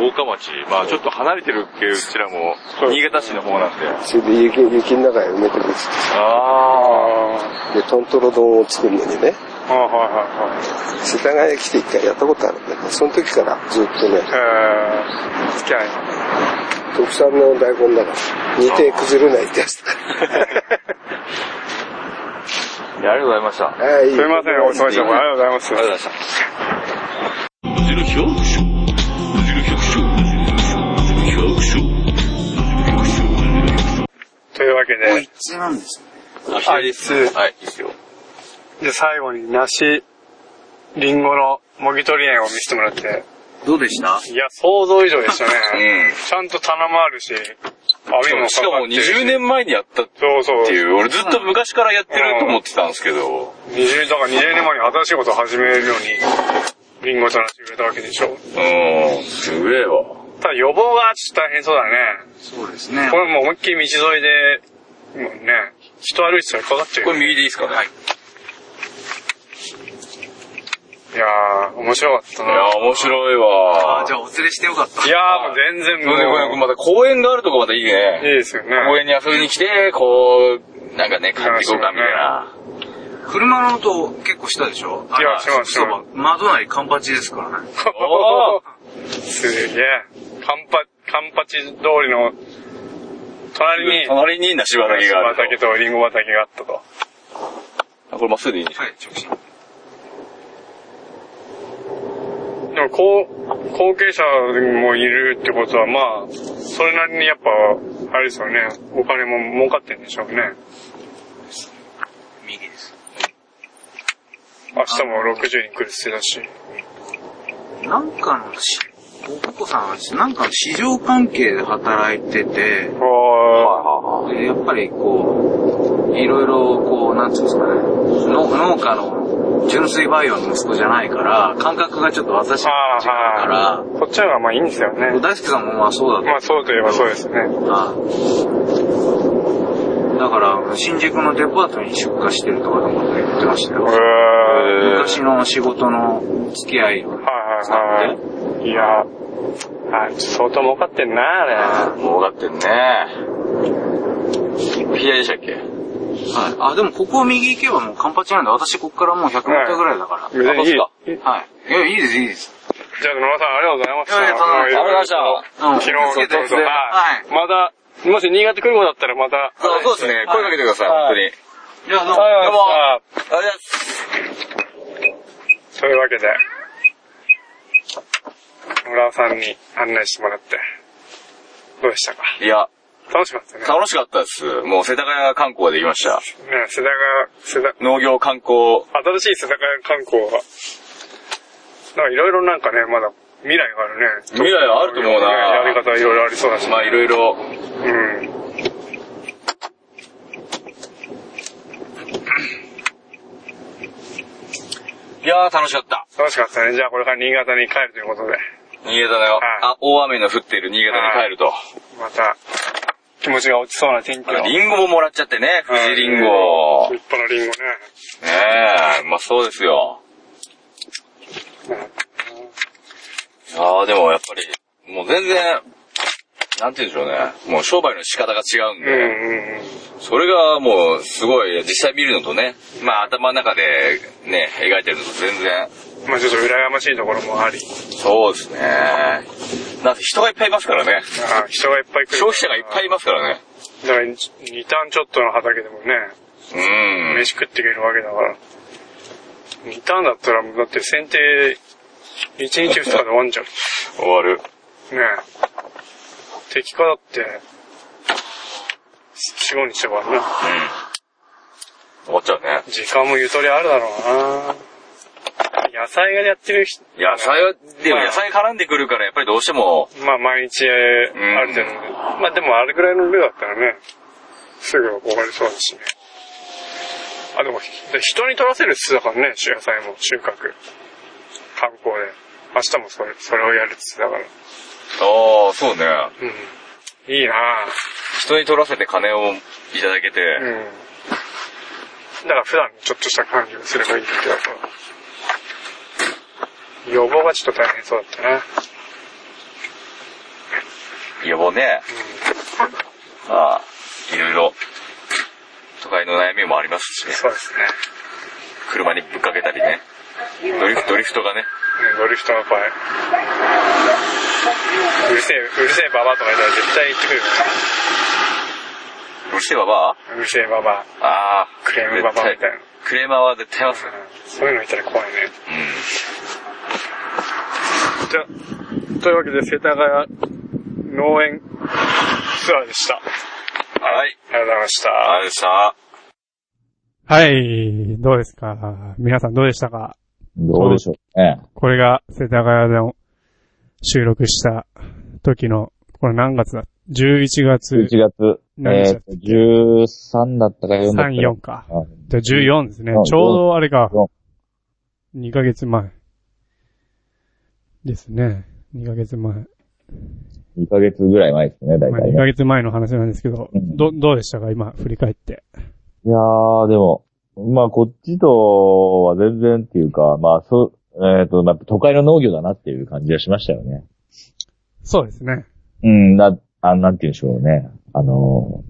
D: 大川町、まあちょっと離れてるっけ、うちらも。新潟市の方なんで。
G: それで雪、雪の中へ埋めてくっつ
D: あ
G: って。で、トントロ丼を作るのにね、
A: ああ、はいはいはい。
G: 世田谷へ来て一回やったことあるんだけど、その時からずっとね、
A: えー、付き合い。
G: 特産の大根だから、煮て崩れない ってやつ
D: あ。
G: だ
D: いやありがとうございました。あ
G: から。はい、いい
A: すみません、お忙しいところありがとうございます。
D: りがとうございました。
A: というわけで、
E: 一致なんですね。
A: アイス。
D: はい、いいですよ。
A: で、最後に梨、リンゴのもぎ取り園を見せてもらって。
E: どうでした
A: いや、想像以上でしたね。
D: うん。
A: ちゃんと棚もあるし、網も
D: しかも
A: ってるし
D: 20年前にやったっ
A: そうそう。
D: ていう、俺ずっと昔からやってると思ってたんですけど、
A: 20、だから20年前に新しいことを始めるのに、リンゴとなしてくれたわけでしょ。
D: うん、すげえわ。
A: ただ予防がちょっと大変そうだね。
E: そうですね
A: こ。れもう思いっきり道沿いで、もうね、人歩いてたらかかっちゃう
D: こ
A: よ
D: れ
A: ね。
D: 右でいいですかね。はい。い
A: いやー、面白かったな。
D: やー、面白いわ
E: あ、じゃあお連れしてよかった。
A: いやー、もう全然
D: ごめんごめんごめん
A: も、
D: また公園があるとこまたいいう
A: い
D: ね。
A: いですよね。
D: 公園に遊びに来て、こう、なんかね、買っていこうかみたいな。
E: 車の音結構したでしょ
A: いやしますします
E: そう窓内カンパチですからね。
D: お
A: すげえ。カンパ、カンパチ通りの隣に、
D: 隣に梨畑があると。
A: 畑とリンゴ畑があったと。
D: あこれまっすぐでいいんですか、
A: でも、後、後継者もいるってことは、まあ、それなりにやっぱ、あれですよね、お金も儲かってるんでしょうね。
E: 右です。
A: 明日も60人来るって言ってたし。
E: なんかのし、お子さんはなんかの市場関係で働いてて、
A: ああ、
E: でやっぱりこう、いろいろこう、なんていうんですかね、の農家の純粋培養の息子じゃないから、感覚がちょっと私は
A: ああ、
E: だか
A: は
E: ら、
A: い。こっちの方がまあいいんですよね。
E: 大輔さんもまあそうだと
A: まあそうといえばそうですね。
E: はいだから、新宿のデパートに出荷してるとかと思って言ってました
A: へ
E: よ。
A: え。
E: 昔の仕事の付き合いを
A: はいはいはい。いや、あ相当儲かってんな、あれ。
D: 儲かってんね。左でしたっけ
E: はい。あ、でもここを右行けばもうカンパチなんで、私ここからもう 100m ぐらいだか
A: 別
E: ら。
A: にいい。じゃあ、
E: はい。いや、いいです、いいです。
A: 野村さんありがとうございました。
E: いやいやとんでもない
D: ありがとうございました。
A: 昨日、
E: うん続けて
A: そうそうはい
E: は
A: まだ、もし新潟来る子だったらまた。
D: あそうですね。声かけてください、本当に。
E: い。じゃあ、どうも。
A: どうもあ
D: ありがとうございます。
A: そういうわけで、村尾さんに案内してもらって、どうでしたか
D: いや、
A: 楽しかったね。ね
D: 楽しかったです。もう世田谷観光できました。
A: 世田谷、世田、
D: 農業観光、
A: 新しい世田谷観光は、なんかいろいろなんかね、まだ未来があるね。
D: 未来あると思う
A: やり
D: な。
A: 方いろいろありそうだし。
D: まあいろいろ、
A: うん。
D: いやー楽しかった。
A: 楽しかったね。じゃあこれから新潟に帰るということで、
D: 新潟だよ
A: は。い
D: あ、大雨の降っている新潟に帰ると。
A: また、気持ちが落ちそうな天気
D: あ
A: の。
D: リンゴももらっちゃってね、富士リン
A: は
D: ゴ。
A: い
D: ね
A: 立派なリンゴね。
D: え、まあそうですよ。いやーでもやっぱり、もう全然、なんて言うんでしょうね。もう商売の仕方が違うん
A: うん
D: で、
A: うんうん。
D: それがもうすごい、実際見るのとね、まあ頭の中でね、描いてるのと全然、
A: まあちょっと羨ましいところもあり、
D: そうですね。なんせ人がいっぱいいますからね。
A: あ人がいっぱい来る。
D: 消費者がいっぱいいますからね。
A: だから2ターンちょっとの畑でもね、
D: うん。
A: 飯食っていけるわけだから。2ターンだったらもうだって剪定、1日2日で終わんじゃん。
D: 終わる。
A: ねえ。敵化だって、4、5日で終わるな。
D: 終わっちゃうね。
A: 時間もゆとりあるだろうな野菜がやってる人、
D: 野菜は、でも野菜絡んでくるからやっぱりどうしても、
A: まあ毎日えー
D: うん
A: ある程度、まあでもあれぐらいの量だったらね、すぐ終わりそうだしね。あ、でも、で人に取らせるっつだからね、野菜も収穫。観光で。明日もそれ、それをやるっつだから。
D: ああ、そうね。
A: うん。いいなぁ。
D: 人に取らせて金をいただけて、
A: うん。だから普段ちょっとした管理をすればいいんだけど、予防がちょっと大変そうだったな。
D: 予防ね。まあ、いろいろ、都会の悩みもありますしね。
A: そうですね。
D: 車にぶっかけたりね。ドリフト、ドリフトがね。
A: ね、乗る人の声。うるせえ、うるせえババアとか言ったら絶対言ってくるよ
D: うるせえばば
A: うるせえババア、
D: あああ。
A: クレームババアみたいな。
D: クレーマーは絶対います。
A: そういうのいたら怖いね。じゃあ、というわけで世田谷農園ツアーでした。あ
D: はい。
A: りがとうございました。
D: あれさ、
B: はい、どうですか皆さんどうでしたか
C: どうでしょうね。
B: これが世田谷での収録した時の、これ何月だ ?11 月
C: 11月、
B: 何日
C: え
B: だ
C: っと、13だったか4だったか。
B: 3、4か。
C: あ
B: で14ですね
C: う。ん
B: ちょうどあれか
C: うん。
B: 2ヶ月前。ですね。2ヶ月前。
C: 2ヶ月ぐらい前ですね、大
B: まあ、
C: 体
B: 2
C: ね
B: ヶ。月前の話なんですけど、
C: うん
B: ど、どうでしたか今、振り返って。
C: いやー、でも、まあ、こっちとは全然っていうか、まあ、そう、えっ、と、まあ、都会の農業だなっていう感じはしましたよね。
B: そうですね。
C: うん、な、あなんて言うんでしょうね。あの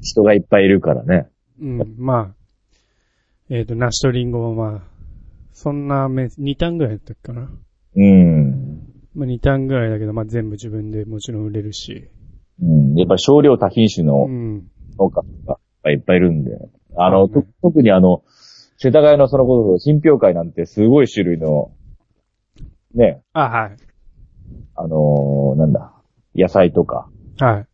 C: ー、人がいっぱいいるからね。
B: うん、まあ、えっ、と、梨とリンゴもまあ、そんなめ、2単ぐらいだったかな。
C: うん。
B: まあ2単ぐらいだけど、まあ全部自分でもちろん売れるし。
C: うん。やっぱ少量多品種の
B: うん。
C: 農家がいっぱいいるんで。あの、
B: そうね
C: と特にあの、世田谷のそのこと、品評会なんてすごい種類の、ね、
B: あ、はい。
C: あのーなんだ、野菜とか、
B: は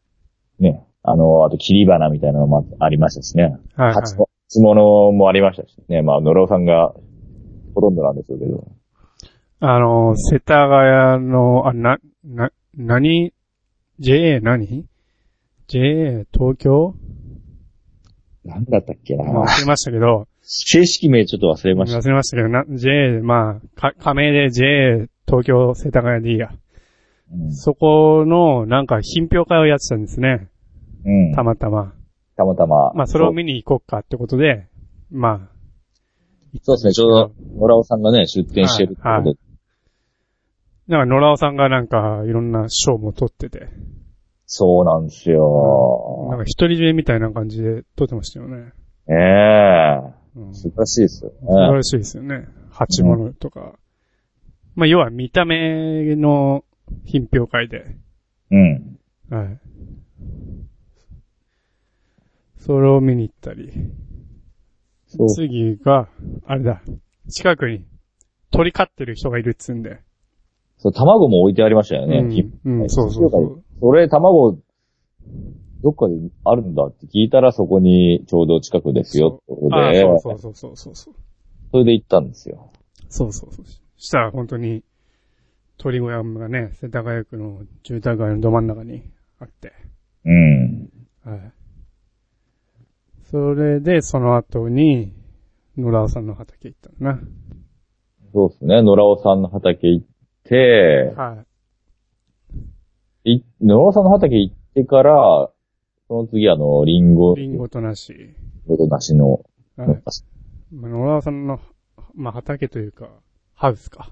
B: い。
C: ね、あのーあと切り花みたいなのもあありましたしね。
B: はい、はい。
C: 初物初物もありましたしね。まあ、野呂さんがほとんどなんでしょうけど。
B: あの、世田谷の、あ、な、な、何 ?JA 何 ?JA 東京
C: なんだったっけな
B: まあ忘れましたけど、
C: 正式名ちょっと忘れました。
B: 忘れましたけど、な、JA、まあ、か、加盟で JA 東京世田谷でいいや。
C: うん
B: そこの、なんか、品評会をやってたんですね。
C: うん。
B: たまたま。
C: たまたま。
B: まあ、それを見に行こっかってことで、まあ、
C: そうですね、ちょうど、野良尾さんがね、出店してるってこと
B: はいは
C: で、
B: なんか、野良尾さんがなんか、いろんな賞も取ってて、
C: そうなんです
B: なん
C: よ。
B: か、一人でみたいな感じで取ってましたよね。
C: ええ
B: うん、素
C: 素晴らしいですよ
B: 晴
C: ね。
B: らしいですよね。鉢物とか。まあ、要は見た目の品評会で、
C: うん。
B: はい。それを見に行ったり。
C: そう。
B: 次が、あれだ、近くに鳥飼ってる人がいるっつんで。
C: そう、卵も置いてありましたよね。
B: うん、うん、そうそうそう。
C: それ、卵、どっかであるんだって聞いたら、そこにちょうど近くですよ、ってこと
B: あ
C: で、
B: そうそうそうそうそう。
C: それで行ったんですよ。
B: そうそうそう。したら本当に、鳥小屋がね、世田谷区の住宅街のど真ん中にあって。
C: うん。
B: はい。それで、その後に、野良さんの畑行ったんだ
C: そうですね、野良尾さんの畑行って、
B: な。はい。
C: い、野良さんの畑行ってから、その次あの、リンゴ、
B: リンゴとなし。
C: となしの、
B: はい。
C: の
B: まあ、野良さんの、まあ、畑というか、ハウスか。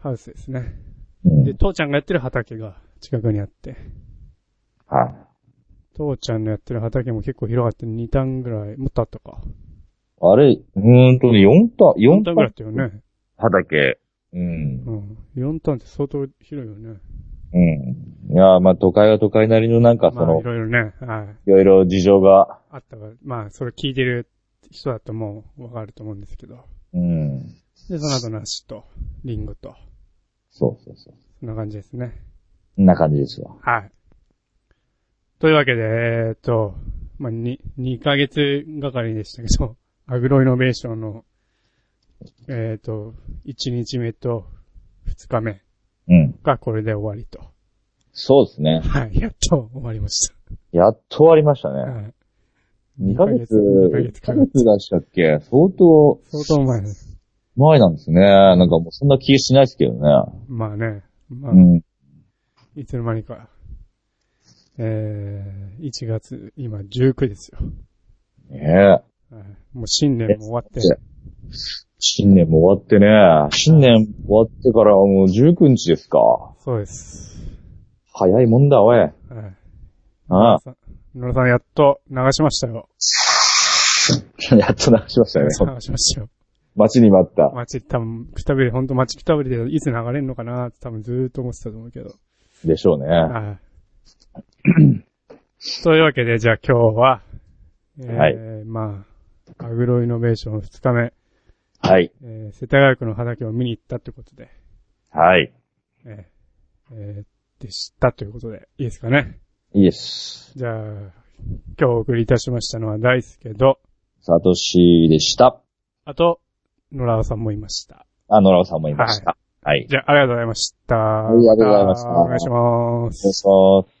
B: ハウスですね。
C: うん
B: で、父ちゃんがやってる畑が近くにあって、
C: はい。
B: 父ちゃんのやってる畑も結構広がって2単ぐらい、もっとあったか。
C: あれ、うーんとね、4単、
B: 4
C: 4
B: 単ぐら
C: 単
B: いあったよね。
C: 畑。うん。
B: うん。4単って相当広いよね。
C: うん。いやー、まあ、都会は都会なりのなんか、そ
B: まあ、
C: の
B: い、ろいろね、は
C: い
B: い。
C: ろいろ事情が、
B: あったから、まあ、それ聞いてる人だともうわかると思うんですけど。
C: うん。
B: で、その後梨と、リンゴと、
C: そうそうそう。
B: そんな感じですね。
C: こんな感じですわ。
B: はい。というわけで、えーっと、まあ、に、2ヶ月がかりでしたけど、 アグロイノベーションの、えーっと、1日目と2日目
C: うん。
B: がこれで終わりと。
C: そうですね。
B: はい、やっと終わりまし
C: やっと終わりました
B: た。
C: ね。
B: はい。
C: 2ヶ月、
B: 2
C: 2
B: ヶ
C: ヶ
B: 月
C: 月
B: か
C: か
B: かって
C: でしたっけ相当
B: 相当前です。
C: 前なんですね。なんかもうそんな気しないですけどね。
B: まあね、まあ
C: う、ん。
B: いつの間にか。えー、1月、今19ですよ。
C: ねえ。
B: はいもう新年も終わって。
C: 新年も終わってね。新年終わってからもう19日ですか。
B: そうです。
C: 早いもんだ、 おい。
B: はい。
C: ああ。
B: さ野呂さん、やっと流しましたよ。
C: やっと流しま したね。
B: 流しましたよ。
C: 待ちに待った。
B: 街、多分、くたびれ、ほんと街くたびれでいつ流れんのかなって多分ずーっと思ってたと思うけど。
C: でしょうね。
B: はい。 というわけで、じゃあ今日は、えー
C: はい
B: まあ、アグロイノベーション2日目、
C: はい。
B: えー、世田谷区の畑を見に行ったということで、
C: はい。
B: えーえーでしたということで、いいですかね。
C: いいです。
B: じゃあ、今日お送りいたしましたのは大輔と、
C: サトシでした。
B: あと、野良さんもいました。
C: あ、野良さんもいました。はい。
B: じゃあ、ありがとうございました。
C: いありがとうございました
B: お願いします
C: お。願いします。